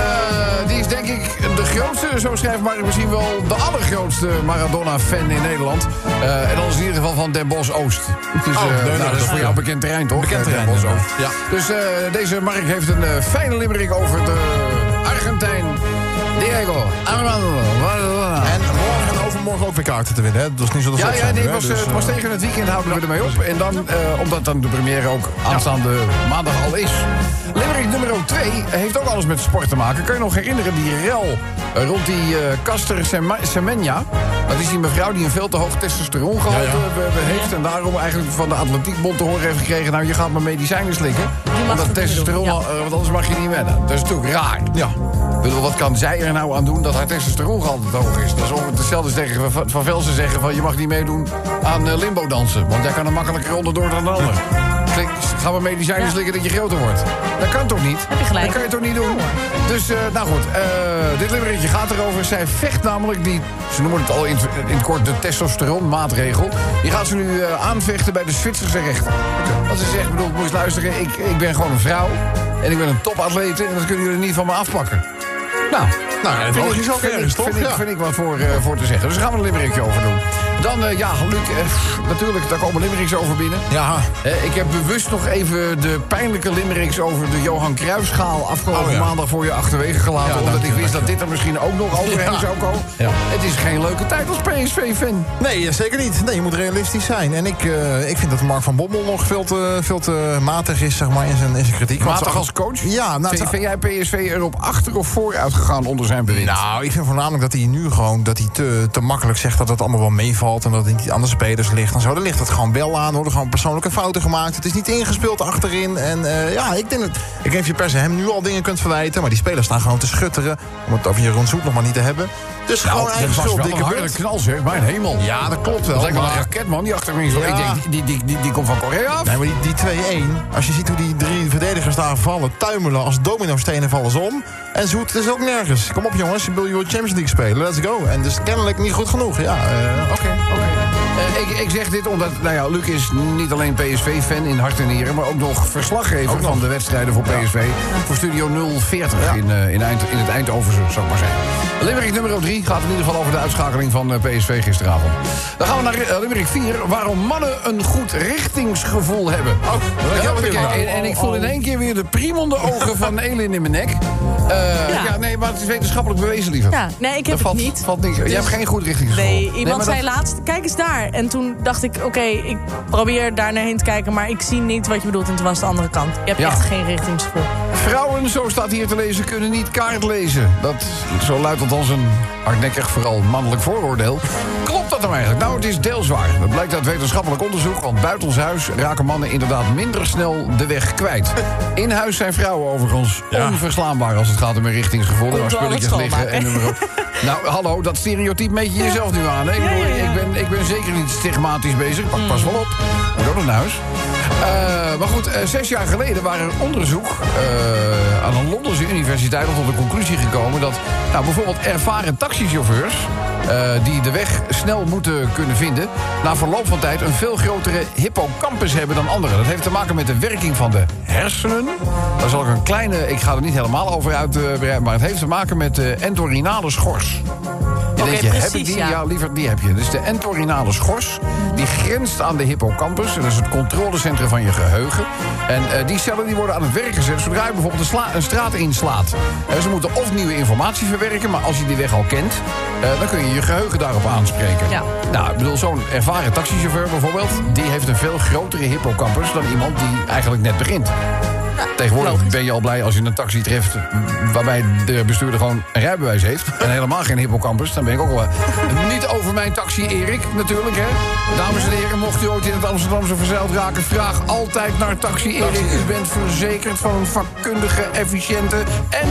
Speaker 3: die is denk ik de grootste, zo schrijft Mark misschien wel... de allergrootste Maradona-fan in Nederland. Eh, en dat is in ieder geval van Den Bosch Oost. Dus, eh,
Speaker 8: Oh, nee,
Speaker 3: nou,
Speaker 8: nee,
Speaker 3: dat
Speaker 8: dat
Speaker 3: is
Speaker 8: is
Speaker 3: voor jou bekend terrein, toch?
Speaker 8: Bekend
Speaker 3: Eh, Den
Speaker 8: terrein,
Speaker 3: Bosch Oost.
Speaker 8: inderdaad. Ja.
Speaker 3: Dus eh, deze Mark heeft een eh, fijne limmering over de Argentijn. Diego. Armando. Maradona.
Speaker 8: En morgen en overmorgen ook weer kaarten te winnen, hè? Dat is niet zo dat ze
Speaker 3: Ja,
Speaker 8: op
Speaker 3: ja
Speaker 8: zijn
Speaker 3: nee,
Speaker 8: nu,
Speaker 3: het
Speaker 8: hè?
Speaker 3: was, eh,
Speaker 8: Dus,
Speaker 3: het was
Speaker 8: eh,
Speaker 3: tegen het weekend, houden we ermee op. En dan, eh, omdat dan de première ook aanstaande maandag al is. Limerick nummer 2 heeft ook alles met sport te maken. Kan je nog herinneren die rel eh, rond die eh Caster Sema- Semenya? Dat is die mevrouw die een veel te hoog testosterongehalte
Speaker 8: Ja, ja.
Speaker 3: eh, be- heeft... en daarom eigenlijk van de Atletiekbond te horen heeft gekregen... nou, je gaat maar medicijnen slikken. Omdat
Speaker 7: het niet
Speaker 3: testosteron,
Speaker 7: doen,
Speaker 3: al- eh, want anders mag je niet wennen. Dat is natuurlijk raar.
Speaker 8: Ja.
Speaker 3: Ik bedoel, wat kan zij er nou aan doen dat haar testosterongehalte te hoog is? Dat is om hetzelfde tegen Van- Van Velsen zeggen van... je mag niet meedoen aan eh, limbo dansen. Want jij kan er makkelijker onderdoor dan een ander. Klik, ga maar medicijnen slikken dat je groter wordt. Dat kan toch niet?
Speaker 7: je gelijk.
Speaker 3: Dat kan je toch niet doen? Dus, eh, nou goed, eh, dit limmeretje gaat erover. Zij vecht namelijk die, ze noemen het al in, in het kort de testosteronmaatregel. Die gaat ze nu eh, aanvechten bij de Zwitserse rechter. Als ze zegt, ik bedoel, moet je eens luisteren, ik, ik ben gewoon een vrouw. En ik ben een topatlete en dat kunnen jullie niet van me afpakken. Nou,
Speaker 8: Nou, ja,
Speaker 3: vind ik-
Speaker 8: logisch ook
Speaker 3: vind ik-
Speaker 8: ergens, toch?
Speaker 3: Vind ik,
Speaker 8: Ja.
Speaker 3: vind ik wat voor, eh, voor te zeggen. Dus daar gaan we een limmerikje over doen. Dan, eh, ja, Luc, eh, pff, natuurlijk, daar komen limericks over binnen.
Speaker 8: Ja,
Speaker 3: Eh, ik heb bewust nog even de pijnlijke limericks over de Johan Cruijffschaal afgelopen
Speaker 8: Oh, ja.
Speaker 3: maandag voor je achterwege gelaten.
Speaker 8: Ja,
Speaker 3: omdat
Speaker 8: dank
Speaker 3: ik
Speaker 8: je,
Speaker 3: wist
Speaker 8: dank
Speaker 3: dat dit er misschien ook nog overheen
Speaker 8: Ja.
Speaker 3: zou komen.
Speaker 8: Ja.
Speaker 3: Het is geen leuke tijd als PSV-fan.
Speaker 8: nee, eh, zeker niet. Nee, je moet realistisch zijn. En ik, eh, ik vind dat Mark van Bommel nog veel te, veel te matig is, zeg maar, in zijn, in zijn kritiek. Want
Speaker 3: Matig
Speaker 8: ze-
Speaker 3: als coach?
Speaker 8: Ja, nou,
Speaker 3: vind,
Speaker 8: ze-
Speaker 3: vind jij PSV erop achter of vooruit gegaan onder zijn bewind? Oh,
Speaker 8: Nou, ik vind voornamelijk dat hij nu gewoon dat hij te, te makkelijk zegt dat het allemaal wel meevalt. valt en dat het niet aan de spelers ligt en zo. Daar ligt het gewoon wel aan. Worden gewoon persoonlijke fouten gemaakt. Het is niet ingespeeld achterin. En eh, ja, ik denk dat. Ik geef je per se hem nu al dingen kunt verwijten. Maar die spelers staan gewoon te schutteren. Om het over Jeroen Zoet nog maar niet te hebben. Dus
Speaker 3: Nou,
Speaker 8: gewoon
Speaker 3: dat
Speaker 8: eigen
Speaker 3: was
Speaker 8: schuld.
Speaker 3: wel
Speaker 8: Dikke
Speaker 3: een harde
Speaker 8: beurt.
Speaker 3: knal, zeg. Mijn hemel.
Speaker 8: Ja, dat klopt wel,
Speaker 3: Dat lijkt wel een
Speaker 8: maar-
Speaker 3: raket, man, die achter me is. Ik
Speaker 8: Ja.
Speaker 3: denk, die, die, die, die komt van Korea af.
Speaker 8: Nee, maar die, die 2-1, als je ziet hoe die drie verdedigers daar vallen, tuimelen als dominostenen vallen ze om. En zoet is ook nergens. Kom op jongens, je wil je wil Champions League spelen, let's go. En dus kennelijk niet goed genoeg. Ja, eh,
Speaker 3: Oké, oké. Eh, ik, ik zeg dit omdat, nou ja, Luc is niet alleen PSV-fan in hart en nieren... maar ook nog verslaggever van de wedstrijden voor PSV... voor Studio 040 in, eh, in, Eind, in het Eindhoven, zou ik maar zeggen. Limerick nummer 3 gaat in ieder geval over de uitschakeling van eh, PSV gisteravond. Dan gaan we naar eh, Limerick 4, waarom mannen een goed richtingsgevoel hebben.
Speaker 8: ben ik heel
Speaker 3: Huppakee.
Speaker 8: benieuwd naar.
Speaker 3: en, en ik voel in één keer weer de priemende ogen van Elin in mijn nek. Eh, ja.
Speaker 7: Ja.
Speaker 3: nee, maar het is wetenschappelijk bewezen, liever.
Speaker 7: Ja, nee, ik heb
Speaker 3: Dat
Speaker 7: het
Speaker 3: valt,
Speaker 7: niet.
Speaker 3: Valt niet. Je hebt geen goed richtingsgevoel.
Speaker 7: Nee,
Speaker 3: maar
Speaker 7: iemand
Speaker 3: dat-
Speaker 7: zei laatst, kijk eens daar. En toen dacht ik, oké, ik probeer daar naar heen te kijken... maar ik zie niet wat je bedoelt. En toen was het de andere kant. Je hebt
Speaker 3: Ja.
Speaker 7: echt geen richtingsgevoel.
Speaker 3: Vrouwen, zo staat hier te lezen, kunnen niet kaart lezen. Dat, zo luidt althans een hardnekkig, vooral mannelijk vooroordeel. Klopt dat nou eigenlijk? Nou, het is deels waar. Dat blijkt uit wetenschappelijk onderzoek, want buiten ons huis raken mannen inderdaad minder snel de weg kwijt. In huis zijn vrouwen overigens onverslaanbaar als het gaat om hun richtingsgevoel.
Speaker 7: Komt
Speaker 3: Waar
Speaker 7: door het
Speaker 3: spulletjes liggen en
Speaker 7: schoonmaken.
Speaker 3: nummer op. Nou, hallo, dat stereotype meet je jezelf nu aan. Hè? Ik,
Speaker 7: Ja,
Speaker 3: bedoel,
Speaker 7: ja, ja.
Speaker 3: Ik, ben, ik ben zeker niet stigmatisch bezig. Pak pas wel op. Moet ook nog naar huis. Eh, maar goed, eh, zes jaar geleden waren er onderzoek eh, aan een Londense universiteit al tot de conclusie gekomen dat nou, bijvoorbeeld ervaren taxichauffeurs eh, die de weg snel moeten kunnen vinden, na verloop van tijd een veel grotere hippocampus hebben dan anderen. Dat heeft te maken met de werking van de hersenen. Daar zal ik een kleine, ik ga er niet helemaal over uitbreiden, maar het heeft te maken met de entorinale schors. Dan
Speaker 7: Oké,
Speaker 3: denk je, heb ik
Speaker 7: precies,
Speaker 3: die?
Speaker 7: ja.
Speaker 3: Ja, liever die heb je. Dus de entorinale schors, die grenst aan de hippocampus. Dat is het controlecentrum van je geheugen. En eh, die cellen die worden aan het werk gezet zodra je bijvoorbeeld een, sla- een straat inslaat. Eh, ze moeten of nieuwe informatie verwerken, maar als je die weg al kent... eh, dan kun je je geheugen daarop aanspreken.
Speaker 7: Ja.
Speaker 3: Nou, ik bedoel, zo'n ervaren taxichauffeur bijvoorbeeld... die heeft een veel grotere hippocampus dan iemand die eigenlijk net begint. Tegenwoordig ben je al blij als je een taxi treft... m, waarbij de bestuurder gewoon een rijbewijs heeft... en helemaal geen hippocampus, dan ben ik ook wel... Niet over mijn taxi, Erik, natuurlijk, hè. Dames en heren, mocht u ooit in het Amsterdamse verzeild raken... vraag altijd naar taxi, Erik. U bent verzekerd van een vakkundige, efficiënte en...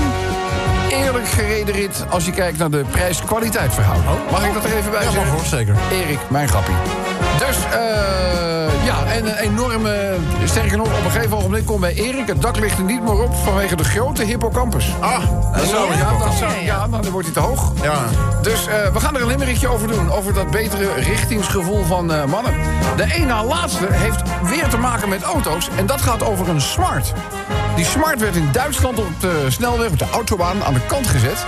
Speaker 3: Eerlijk gereden rit als je kijkt naar de prijs-kwaliteit verhouding. Mag ik dat er even bij
Speaker 8: Ja,
Speaker 3: zeggen?
Speaker 8: mag hoor, zeker.
Speaker 3: Erik, mijn grappie. Dus, eh ja, en een enorme... Sterker nog, op een gegeven ogenblik komt bij Erik... het dak ligt er niet meer op vanwege de grote hippocampus.
Speaker 8: Ah,
Speaker 3: Zo, ja,
Speaker 8: hippocampus.
Speaker 3: dat zou- ja, nou, dan wordt hij te hoog.
Speaker 8: Ja.
Speaker 3: Dus eh, we gaan er een limmerikje over doen. Over dat betere richtingsgevoel van eh, mannen. De een na laatste heeft weer te maken met auto's. En dat gaat over een smart. Die smart werd in Duitsland op de snelweg, op de autobaan, aan de kant gezet.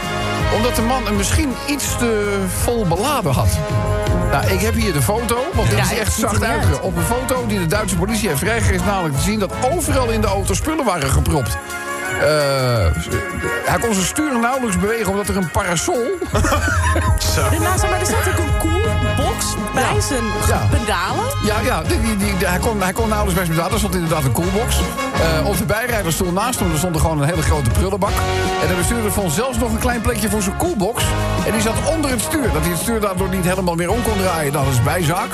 Speaker 3: Omdat de man hem misschien iets te vol beladen had. Nou, ik heb hier de foto, want dit
Speaker 7: Ja,
Speaker 3: is
Speaker 7: het
Speaker 3: echt
Speaker 7: ziet er
Speaker 3: zacht
Speaker 7: niet
Speaker 3: uit.
Speaker 7: uit.
Speaker 3: Op een foto die de Duitse politie heeft vrijgegeven... is namelijk te zien dat overal in de auto spullen waren gepropt. Eh, hij kon zijn stuur nauwelijks bewegen omdat er een parasol...
Speaker 7: Daarnaast, maar er zat ook een koelbox bij
Speaker 3: Ja.
Speaker 7: zijn
Speaker 3: Ja.
Speaker 7: pedalen.
Speaker 3: Ja, ja die, die, die- hij, kon, hij kon nauwelijks bij zijn bedrijf. Er stond inderdaad een koelbox. Eh, op de bijrijderstoel naast hem er stond er gewoon een hele grote prullenbak. En de bestuurder vond zelfs nog een klein plekje voor zijn koelbox. En die zat onder het stuur. Dat hij het stuur daardoor niet helemaal meer om kon draaien. Nou, Dat is bijzaak.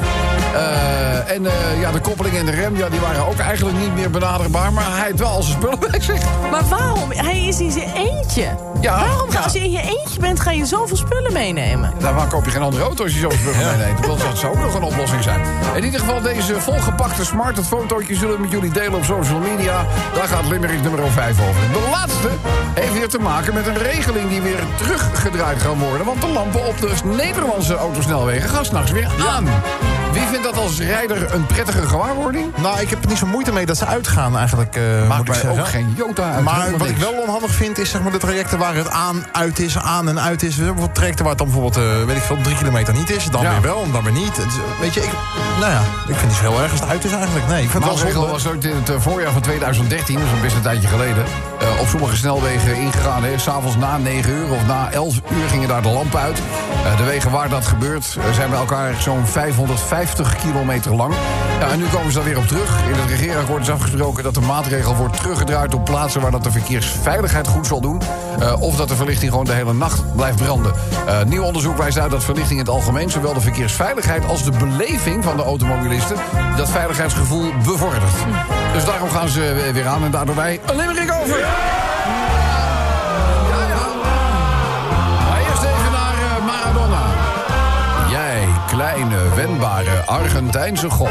Speaker 3: Eh, en eh, ja, de koppeling en de rem ja, die waren ook eigenlijk niet meer benaderbaar. Maar hij had wel al zijn spullen bij zich.
Speaker 7: Maar waarom? Hij is in zijn eentje.
Speaker 3: Ja,
Speaker 7: waarom,
Speaker 3: ja.
Speaker 7: als je in je eentje bent, ga je zoveel spullen meenemen?
Speaker 3: Nou, waarom koop je geen andere auto als je zo'n spullen meeneemt? Dat zou- zou ook nog een oplossing zijn. In ieder geval, deze volgepakte smart, dat fotootje zullen we met jullie delen op social media. Daar gaat Limerick nummer 5 over. De laatste heeft weer te maken met een regeling die weer teruggedraaid gaat worden. Want de lampen op de Nederlandse autosnelwegen gaan s'nachts weer aan. Wie vindt dat als rijder een prettige gewaarwording?
Speaker 8: Nou, ik heb er niet zo moeite mee dat ze uitgaan eigenlijk, eh
Speaker 3: Maakt
Speaker 8: moet ik
Speaker 3: mij
Speaker 8: zeggen.
Speaker 3: ook geen jota uit.
Speaker 8: Maar
Speaker 3: helemaal
Speaker 8: wat ik
Speaker 3: niks.
Speaker 8: wel onhandig vind, is zeg maar de trajecten waar het aan, uit is, aan en uit is. We hebben Bijvoorbeeld trajecten waar het dan bijvoorbeeld, eh, weet ik veel, drie kilometer niet is. Dan
Speaker 3: Ja.
Speaker 8: weer wel, en dan weer niet. Het is, weet je, ik, nou ja, ik vind het niet zo heel erg als het uit is eigenlijk. Nee, ik vind het wel
Speaker 3: Maatregel
Speaker 8: zonde.
Speaker 3: was ook in het eh, voorjaar van 2013, dus al best een tijdje geleden. eh, op sommige snelwegen ingegaan. hè. 's S'avonds na 9 uur of na 11 uur gingen daar de lampen uit. Eh, de wegen waar dat gebeurt eh, zijn bij elkaar zo'n 550.000 50 kilometer lang. Ja, en nu komen ze daar weer op terug. In het regeerakkoord is afgesproken dat de maatregel wordt teruggedraaid... op plaatsen waar dat de verkeersveiligheid goed zal doen. Eh, of dat de verlichting gewoon de hele nacht blijft branden. Eh, nieuw onderzoek wijst uit dat verlichting in het algemeen... zowel de verkeersveiligheid als de beleving van de automobilisten... dat veiligheidsgevoel bevordert. Dus daarom gaan ze eh, weer aan en daardoor wij een limmering over. Maar eerst even naar eh, Maradona. Jij, kleine, wendbare Argentijnse god.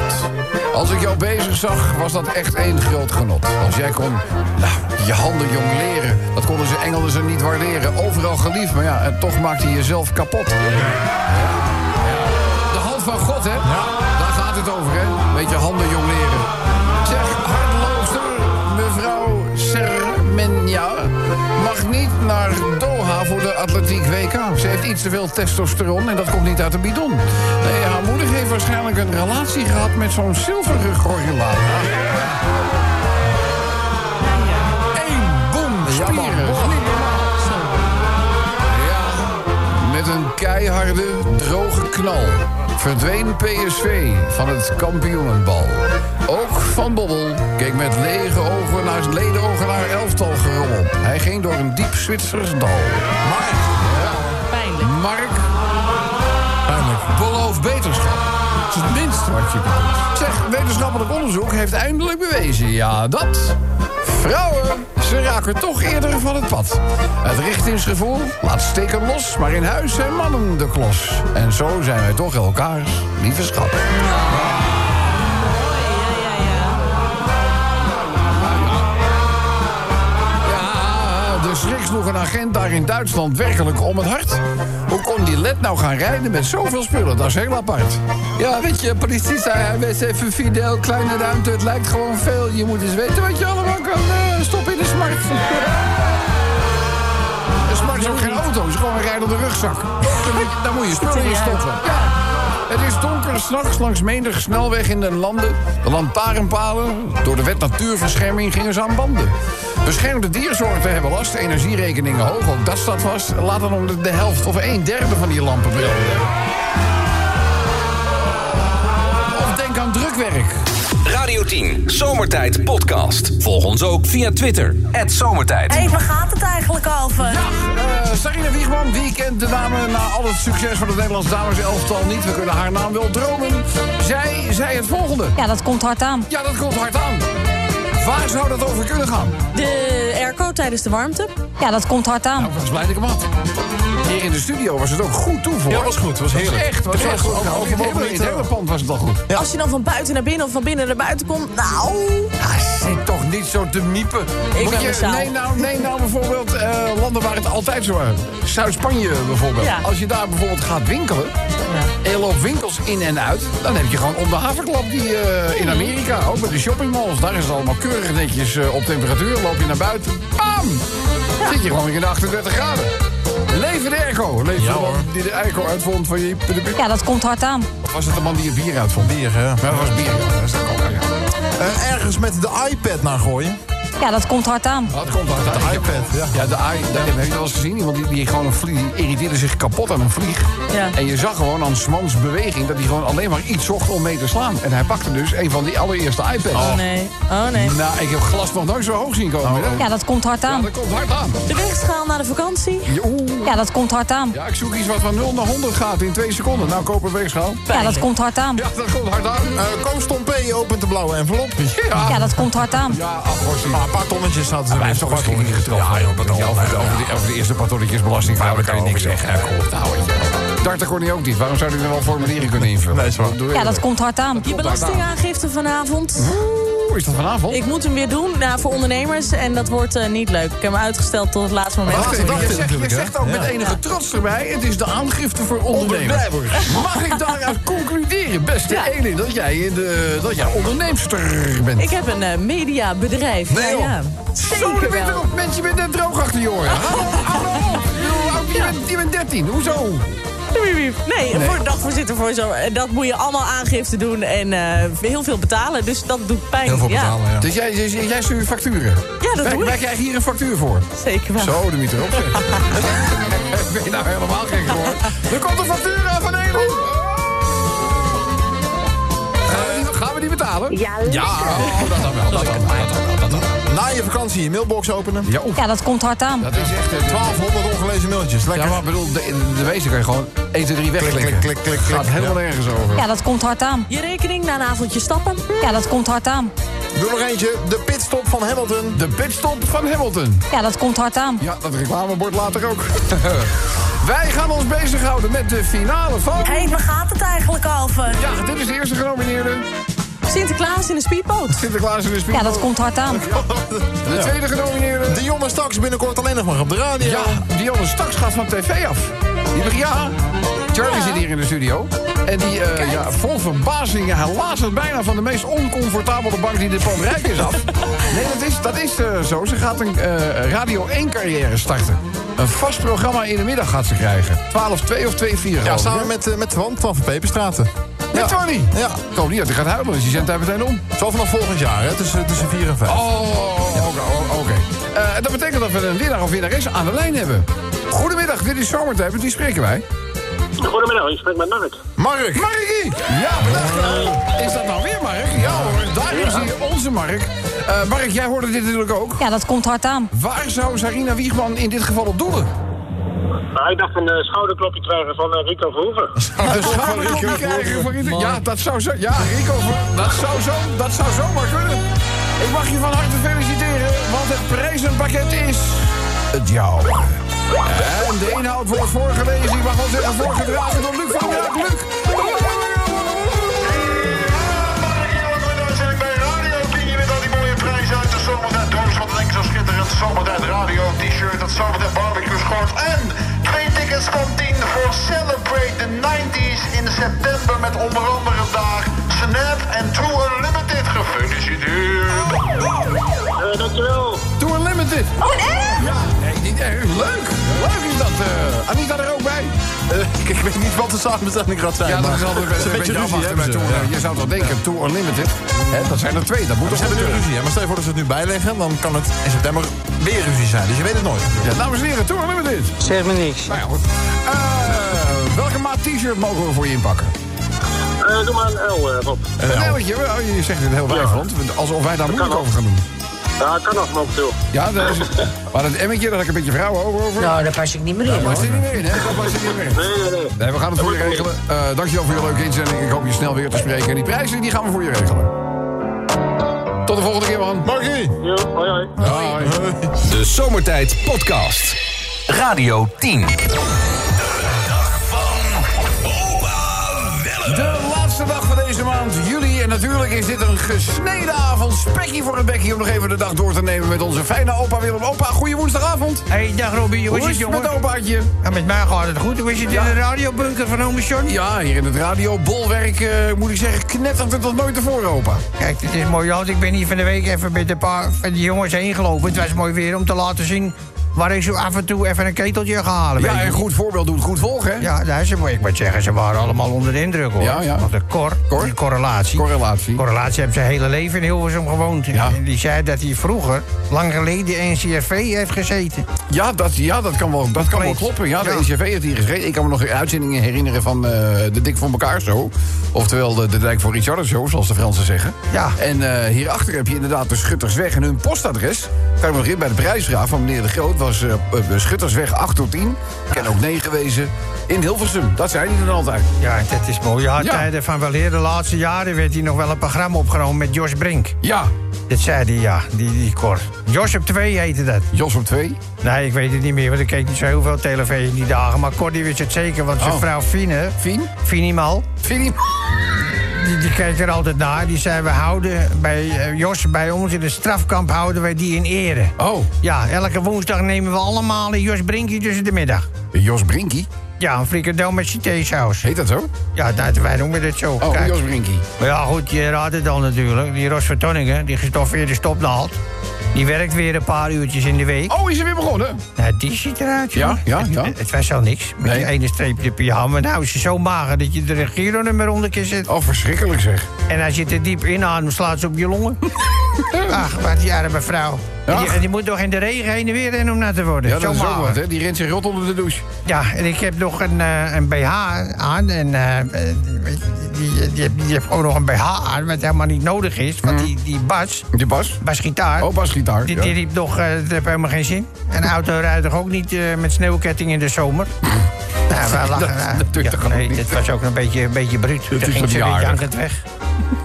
Speaker 3: Als ik jou bezig zag, was dat echt één groot genot. Als jij kon, nou, je handen jong leren. Dat konden ze Engelsen niet waarderen. Overal geliefd, maar ja, en toch maakte je jezelf kapot. De hand van God, hè? Daar gaat het over, hè? Beetje handen jong leren. Zeg, hardloopster, mevrouw Sermenja... mag niet naar Doha voor de Atletiek WK. Ze heeft iets te veel testosteron en dat komt niet uit de bidon. Nee, haar moeder heeft waarschijnlijk een relatie gehad... met zo'n zilverige gorilla. Eén boom, spieren. Met een keiharde, droge knal verdween PSV van het kampioenenbal. Ook Van Bobbel keek met lege ogen naar leden ogen naar elftal gerommel. Hij ging door een diep Zwitsers dal. Mark,
Speaker 7: Pijnlijk.
Speaker 3: Mark, beloof beterschap. Het is het minste wat je kan. doen. Zeg, wetenschappelijk onderzoek heeft eindelijk bewezen, ja, dat... Vrouwen, ze raken toch eerder van het pad. Het richtingsgevoel laat steken los, maar in huis zijn mannen de klos. En zo zijn wij toch elkaars lieve schat. Ja, de schrik sloeg een agent daar in Duitsland werkelijk om het hart. Hoe kon die led nou gaan rijden met zoveel spullen? Dat is heel apart. Ja, weet je, politie zei, hij wist even Fidel, kleine ruimte, het lijkt gewoon veel. Je moet eens weten wat je allemaal kan eh, stoppen in de smart. Een smart is ook Dus geen auto, het is gewoon een rijdende rugzak. Daar moet je- Daar moet je spullen in stoppen. Ja. Het is donker s'nachts langs menig snelweg in de landen. De lantaarnpalen, door de wet natuurbescherming, gingen ze aan banden. Beschermde dierzorgden hebben last, energierekeningen hoog, ook dat staat vast. Laat dan om de, de helft of een derde van die lampen branden. Of denk aan drukwerk.
Speaker 1: Radio 10, Zomertijd Podcast. Volg ons ook via Twitter, het Zomertijd.
Speaker 10: Hé, waar gaat het eigenlijk over?
Speaker 3: Eh, Sarina Wiegman, die kent de namen na al het succes van het Nederlands dameselftal niet. We kunnen haar naam wel dromen. Zij zei het volgende.
Speaker 5: Ja, dat komt hard aan.
Speaker 3: Ja, dat komt hard aan. Waar zou dat over kunnen gaan?
Speaker 7: De airco tijdens de warmte.
Speaker 5: Ja, dat komt hard aan.
Speaker 3: Nou, was blij dat ik hem had. Hier in de studio was het ook goed toe voor.
Speaker 8: Ja, was goed, was heerlijk.
Speaker 3: echt, was
Speaker 8: Terecht,
Speaker 3: echt goed.
Speaker 8: ook
Speaker 3: Nou,
Speaker 8: al
Speaker 3: in het
Speaker 8: vermogen
Speaker 3: hele-
Speaker 8: niet,
Speaker 3: in het hele
Speaker 8: hoor.
Speaker 3: pand was het al goed.
Speaker 7: Als je dan van buiten naar binnen of van binnen naar buiten komt, nou...
Speaker 3: Zit toch niet zo te miepen. Moet
Speaker 7: ben
Speaker 3: je-
Speaker 7: mezelf.
Speaker 3: nee, nou, nee, nou bijvoorbeeld eh, landen waar het altijd zo is. Zuid-Spanje bijvoorbeeld.
Speaker 7: Ja.
Speaker 3: Als je daar bijvoorbeeld gaat winkelen... en je loopt winkels in en uit... dan heb je gewoon om de haverklap die eh, in Amerika... ook bij de shoppingmalls, daar is het allemaal keurig netjes eh, op temperatuur. Loop je naar buiten, bam! Zit je gewoon weer in de 38 graden. Leven de airco. Leven de man die de airco uitvond van je...
Speaker 5: Ja, dat komt hard aan.
Speaker 3: Of was het de man die het bier uitvond?
Speaker 8: Oh. Bier, hè?
Speaker 3: Ja, dat was bier. ja. Dat is ook wel, ja.
Speaker 8: Eh, ergens met de iPad naar gooien.
Speaker 5: Ja, dat komt hard aan.
Speaker 3: Dat Oh, komt uit de
Speaker 8: iPad, ja.
Speaker 3: Ja, de i- de- heb je dat al eens gezien? Iemand die, die gewoon een vlieg, die irriteerde zich kapot aan een vlieg.
Speaker 7: Ja.
Speaker 3: En je zag gewoon aan Smans beweging dat hij gewoon alleen maar iets zocht om mee te slaan. En hij pakte dus een van die allereerste iPads.
Speaker 7: Nee, oh nee.
Speaker 3: Nou, ik heb glas nog nooit zo hoog zien komen. hè?
Speaker 5: Ja, dat komt hard
Speaker 3: Ja,
Speaker 5: aan.
Speaker 3: dat komt hard aan.
Speaker 7: De weegschaal naar de vakantie.
Speaker 3: Je- oeh.
Speaker 5: Ja, dat komt hard aan.
Speaker 3: Ja, ik zoek iets wat van 0 naar 100 gaat in 2 seconden. Nou, kopen weegschaal.
Speaker 5: Ja, dat komt hard aan.
Speaker 3: Ja, dat komt hard aan.
Speaker 8: Eh Koos P. opent de blauwe envelop.
Speaker 3: Ja,
Speaker 5: Ja, dat komt hard aan.
Speaker 3: ja afgossie.
Speaker 8: Maar een paar tonnetjes zaten er
Speaker 3: Hij
Speaker 8: weer.
Speaker 3: heeft toch wel schikking getroffen. Ja, joh, over, de, over, de, over de eerste paar tonnetjes belasting gaan, kan je niks zeggen. Ja, kom op, nou, weet je. Darter kon hij ook niet. Waarom zou hij er wel formulieren kunnen invullen?
Speaker 8: Nee, is waar.
Speaker 3: Doe je
Speaker 5: Ja,
Speaker 3: dat.
Speaker 5: dat komt hard aan.
Speaker 7: Je belastingaangifte vanavond.
Speaker 3: Oeh, is dat vanavond?
Speaker 7: Ik moet hem weer doen nou, voor ondernemers en dat wordt eh, niet leuk. Ik heb hem uitgesteld tot het laatste moment.
Speaker 8: Laatste dag
Speaker 3: je
Speaker 8: dit
Speaker 3: zegt, je
Speaker 8: natuurlijk, hè?
Speaker 3: zegt ook met
Speaker 8: Ja.
Speaker 3: enige trots erbij, het is de aangifte voor ondernemers. Mag ik daaruit concluderen, beste
Speaker 7: Ja.
Speaker 3: Elin, dat jij, in de, dat jij onderneemster bent?
Speaker 7: Ik heb een eh, mediabedrijf.
Speaker 3: Nee,
Speaker 7: ja,
Speaker 3: joh.
Speaker 7: ja.
Speaker 3: Zo, je
Speaker 7: Zeker
Speaker 3: bent
Speaker 7: wel.
Speaker 3: erop. Mensen, je bent net droog achter je oren. Hallo, hallo. Hoe oud- Je bent, je bent 13, hoezo?
Speaker 7: Wiep, wiep. Nee, voor dagvoorzitter voor zo. En dat moet je allemaal aangifte doen en eh, heel veel betalen. Dus dat doet pijn.
Speaker 8: Heel veel
Speaker 7: ja,
Speaker 8: betalen, ja.
Speaker 3: Dus jij, jij, jij stuurt facturen?
Speaker 7: Ja, dat
Speaker 3: wij,
Speaker 7: doe ik.
Speaker 3: Wij krijgen hier een factuur voor.
Speaker 7: zeker wel.
Speaker 3: Zo, de mieter op. zeg. Oh. ben je nou helemaal gek geworden? Er komt een factuur aan van Nederland. die betalen?
Speaker 11: Ja,
Speaker 3: ja oh, dat dan wel. Dat dan wel. Dat dan wel. Dat dan wel.
Speaker 8: Na je vakantie je mailbox openen.
Speaker 3: Ja,
Speaker 5: Ja, dat komt hard aan.
Speaker 3: Dat is echt eh, 1200
Speaker 8: ongelezen mailtjes. Lekker.
Speaker 3: Ja, maar ik bedoel, de, de wezen kan je gewoon 1, 2, 3 wegklikken.
Speaker 8: klik, klik, klik,
Speaker 3: Gaat
Speaker 8: klik.
Speaker 3: helemaal
Speaker 8: Ja.
Speaker 3: nergens over.
Speaker 5: Ja, dat komt hard aan.
Speaker 7: Je rekening na een avondje stappen.
Speaker 5: Ja, dat komt hard aan.
Speaker 8: Doe nog eentje. De pitstop van Hamilton.
Speaker 3: De pitstop van Hamilton.
Speaker 5: Ja, dat komt hard aan.
Speaker 3: Ja, dat reclamebord later ook. Wij gaan ons bezighouden met de finale van...
Speaker 10: Hé, waar gaat het eigenlijk over?
Speaker 3: Ja, dit is de eerste genomineerde.
Speaker 7: Sinterklaas in een speedboot.
Speaker 3: Sinterklaas in de spiegel.
Speaker 5: Ja, dat komt hard aan.
Speaker 3: De tweede genomineerde.
Speaker 8: De jongen straks binnenkort alleen nog maar op de radio.
Speaker 3: Ja, die jongen straks gaat van tv af. Die begint- ja. Charlie zit hier in de studio. En die, eh, ja, vol verbazing, ja, hij laat het bijna van de meest oncomfortabele bank die in dit pand rijk is af. Nee, dat is, dat is eh, zo. Ze gaat een eh, Radio 1-carrière starten. Een vast programma in de middag gaat ze krijgen. 12, 2 of 2, 4
Speaker 8: Ja, samen met, eh, met Twan van Van Peperstraten.
Speaker 3: Oh, Met Tony.
Speaker 8: Ja.
Speaker 3: Ik hoop niet dat hij gaat huilen, dus die zendt hij meteen om.
Speaker 8: Zo vanaf volgend jaar, hè? Tussen, tussen 4 en 5.
Speaker 3: Oh, oké. oké. Eh, dat betekent dat we een winnaar of winnares aan de lijn hebben. Goedemiddag, dit is Zomertijd, met wie spreken wij?
Speaker 12: Goedemiddag, ik spreek met Mark.
Speaker 8: Mark!
Speaker 3: Markie! Ja, bedankt. Is dat nou weer Mark? Ja hoor, daar is hij, onze Mark. Eh, Mark, jij hoorde dit natuurlijk ook.
Speaker 5: Ja, dat komt hard aan.
Speaker 3: Waar zou Sarina Wiegman in dit geval op doelen?
Speaker 12: Nou, ik dacht een eh, schouderklopje krijgen van eh, Rico Verhoeven.
Speaker 3: De schouderklopje krijgen voor ieder- Ja, dat zou zo... Ja, Rico, dat zou zo... Dat zou zomaar kunnen. Ik mag je van harte feliciteren, want het prijzenpakket is... Het jouw. En de inhoud wordt voorgelezen. Ik mag wel zeggen voorgedragen door Luc van Raak. Luc!
Speaker 13: Zomertijd Radio T-shirt, dat Zomertijd Barbecue schort. En twee tickets van 10 voor Celebrate the 90s in september. Met onder andere vandaag Snap en True Unlimited. Gefeliciteerd.
Speaker 12: Eh, dankjewel.
Speaker 3: Tour Limited. Oh, echt? Ja, nee, niet erg. Leuk. Leuk is dat. eh Anita er ook bij.
Speaker 8: Eh, ik weet niet wat de samenstelling gaat zijn.
Speaker 3: Ja, dat
Speaker 8: maar-
Speaker 3: is altijd best een beetje afwachten bij Tour. Je zou toch denken, Tour Unlimited. Hè, dat zijn er twee, dat moet
Speaker 8: We
Speaker 3: toch
Speaker 8: hebben nu
Speaker 3: gebeuren.
Speaker 8: ruzie, hè? maar stel je voor dat ze het nu bijleggen, dan kan het in september weer ruzie zijn. Dus je weet het nooit.
Speaker 3: Ja, dames en heren, Tour Limited.
Speaker 12: Zeg me niks.
Speaker 3: Nou ja, goed. Eh, welke maat t-shirt mogen we voor je inpakken?
Speaker 12: Eh, doe maar een L, eh, Rob.
Speaker 3: Een L'tje. wel, oh, Je zegt het heel weifelend, alsof wij daar moeilijk
Speaker 12: kan
Speaker 3: over gaan doen.
Speaker 12: Ja, kan nog momenteel.
Speaker 3: Ja, dat is Maar dat emmetje, daar had ik een beetje vrouwen over. over.
Speaker 11: Nou, daar pas ik niet meer in.
Speaker 3: Daar past
Speaker 11: hoor.
Speaker 3: hij niet meer in, hè? Daar past hij niet meer in.
Speaker 12: Nee, nee, nee.
Speaker 3: Nee, we gaan het voor je regelen. Eh, dankjewel voor je leuke inzending. Ik hoop je snel weer te spreken. En die prijzen, die gaan we voor je regelen. Tot de volgende keer, man.
Speaker 8: Markie!
Speaker 12: Jo, hoi, hoi.
Speaker 3: Hoi.
Speaker 1: De Zomertijd Podcast. Radio 10.
Speaker 3: De laatste dag van deze maand, juli. En natuurlijk is dit een gesneden avond. Spekkie voor het bekkie om nog even de dag door te nemen met onze fijne opa Willem. Opa, goeie woensdagavond.
Speaker 14: Hey, dag Robbie, hoe is
Speaker 3: Hoe
Speaker 14: het
Speaker 3: is het met
Speaker 14: jongen?
Speaker 3: opaatje?
Speaker 14: Ja, met mij gaat het goed. Hoe is het
Speaker 3: Ja.
Speaker 14: in de radiobunker van ome John?
Speaker 3: Ja, hier in het radiobolwerk eh, moet ik zeggen, knettert het nog nooit tevoren, opa.
Speaker 14: Kijk, het is mooi want Ik ben hier van de week even met een paar van die jongens heen gelopen. Het was mooi weer om te laten zien waar ik zo af en toe even een keteltje ga halen. weet
Speaker 3: Ja,
Speaker 14: je.
Speaker 3: en goed voorbeeld doet goed volgen, hè?
Speaker 14: Ja, daar is het mooi. Ik moet zeggen, ze waren allemaal onder de indruk hoor.
Speaker 3: Ja, ja.
Speaker 14: Want de cor,
Speaker 3: Cor?
Speaker 14: die correlatie.
Speaker 3: Correlatie.
Speaker 14: Correlatie heeft zijn hele leven in Hilversum gewoond.
Speaker 3: Ja.
Speaker 14: En die zei dat hij vroeger, lang geleden, in CRV heeft gezeten.
Speaker 3: Ja, dat, ja, dat kan wel, dat kan wel kloppen. Ja, de
Speaker 14: Ja.
Speaker 3: NCV heeft hier geschreven. Ik kan me nog uitzendingen herinneren van eh, de Dik voor elkaar zo. Oftewel de, de Dijk voor Richard zo, zoals de Fransen zeggen.
Speaker 14: Ja.
Speaker 3: En eh, hierachter heb je inderdaad de Schuttersweg en hun postadres. Kan ik me nog in bij de prijsvraag van meneer De Groot was eh, eh, Schuttersweg 8 tot 10. Kan ook 9 wezen. In Hilversum, dat zijn die dan altijd.
Speaker 14: Ja, dat is mooi. Ja,
Speaker 3: Ja.
Speaker 14: tijden van weleer. De laatste jaren werd hier nog wel een programma opgenomen met Jos Brink.
Speaker 3: Ja,
Speaker 14: Dit zei hij, ja, die, die Cor. Jos op 2 heette dat.
Speaker 3: Jos op 2.
Speaker 14: Nee, ik weet het niet meer, want ik keek niet zo heel veel televisie in die dagen. Maar Cor die wist het zeker, want zijn
Speaker 3: Oh.
Speaker 14: vrouw Fine...
Speaker 3: Fien?
Speaker 14: Finimal,
Speaker 3: Filip.
Speaker 14: die, die keek er altijd naar. Die zei, we houden bij eh, Jos, bij ons in het strafkamp houden wij die in ere.
Speaker 3: Oh,
Speaker 14: Ja, elke woensdag nemen we allemaal een Jos Brinkje tussen de middag.
Speaker 3: Jos Brinkie.
Speaker 14: Ja, een frikandel met saus.
Speaker 3: Heet dat zo?
Speaker 14: Ja, dat, wij noemen dat zo.
Speaker 3: Oh,
Speaker 14: Kijk.
Speaker 3: Jos Brinkie.
Speaker 14: Maar ja, goed, je raadt het al natuurlijk. Die Ros van Tonningen, die gestoffeerde stopnaald... die werkt weer een paar uurtjes in de week.
Speaker 3: Oh, is er weer begonnen?
Speaker 14: Nou, die ziet eruit,
Speaker 3: Ja,
Speaker 14: jongen.
Speaker 3: ja,
Speaker 14: Het-
Speaker 3: ja.
Speaker 14: Het, het was al niks. Met
Speaker 3: Nee.
Speaker 14: die ene streepje per jaar. Maar nou is ze zo mager dat je de Giro er maar onder keer zit.
Speaker 3: Oh, verschrikkelijk zeg.
Speaker 14: Nou, En als je te diep inademt, slaat ze op je longen. Ach, wat die arme vrouw. En Die, die moet nog in de regen heen en weer rennen om nat te worden.
Speaker 3: Ja, dat is
Speaker 14: Zomaar.
Speaker 3: ook wat, hè? Die rent zich rot onder de douche.
Speaker 14: Ja, en ik heb nog een, eh, een BH aan. En eh, eh, die, die, die heeft ook nog een BH aan, wat helemaal niet nodig is. Want die, die Bas...
Speaker 3: Die Bas?
Speaker 14: Basgitaar.
Speaker 3: Mm. Oh, basgitaar.
Speaker 14: Die,
Speaker 3: ja.
Speaker 14: die riep nog, eh, dat heeft helemaal geen zin. Een auto rijdt toch ook niet eh, met sneeuwketting in de zomer? nou, wij lachen. eh, ja, nee, dit was ook een beetje, een beetje bruut. Toen
Speaker 3: is
Speaker 14: ging
Speaker 3: toch
Speaker 14: ze
Speaker 3: niet
Speaker 14: weer
Speaker 3: aardig?
Speaker 14: jankend weg.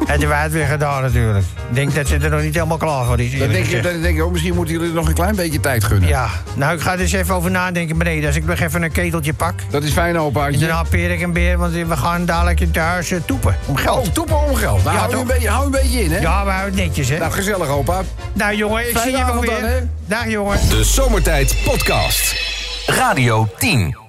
Speaker 14: En toen wij het weer gedaan natuurlijk. Ik denk dat ze er nog niet helemaal klaar voor is.
Speaker 3: Dan
Speaker 14: eerlijk
Speaker 3: denk, je,
Speaker 14: gezegd.
Speaker 3: dan denk je, oh, misschien moeten jullie nog een klein beetje tijd gunnen.
Speaker 14: Ja, nou ik ga er eens even over nadenken beneden. Als ik nog even een keteltje pak.
Speaker 3: Dat is fijn, opaatje.
Speaker 14: En daarna peer ik een beer, want we gaan dadelijk in thuis eh, toepen. Om geld.
Speaker 3: Oh, toepen om geld. Nou, hou je
Speaker 14: toch?
Speaker 3: een beetje- hou een beetje in, hè?
Speaker 14: Ja, we houden het netjes, hè.
Speaker 3: Nou, gezellig, opa.
Speaker 14: Nou, jongen, ik
Speaker 3: Fijne
Speaker 14: zie je wel
Speaker 3: avond dan, hè?
Speaker 14: weer. Dag, jongen.
Speaker 1: De Zomertijd Podcast. Radio 10.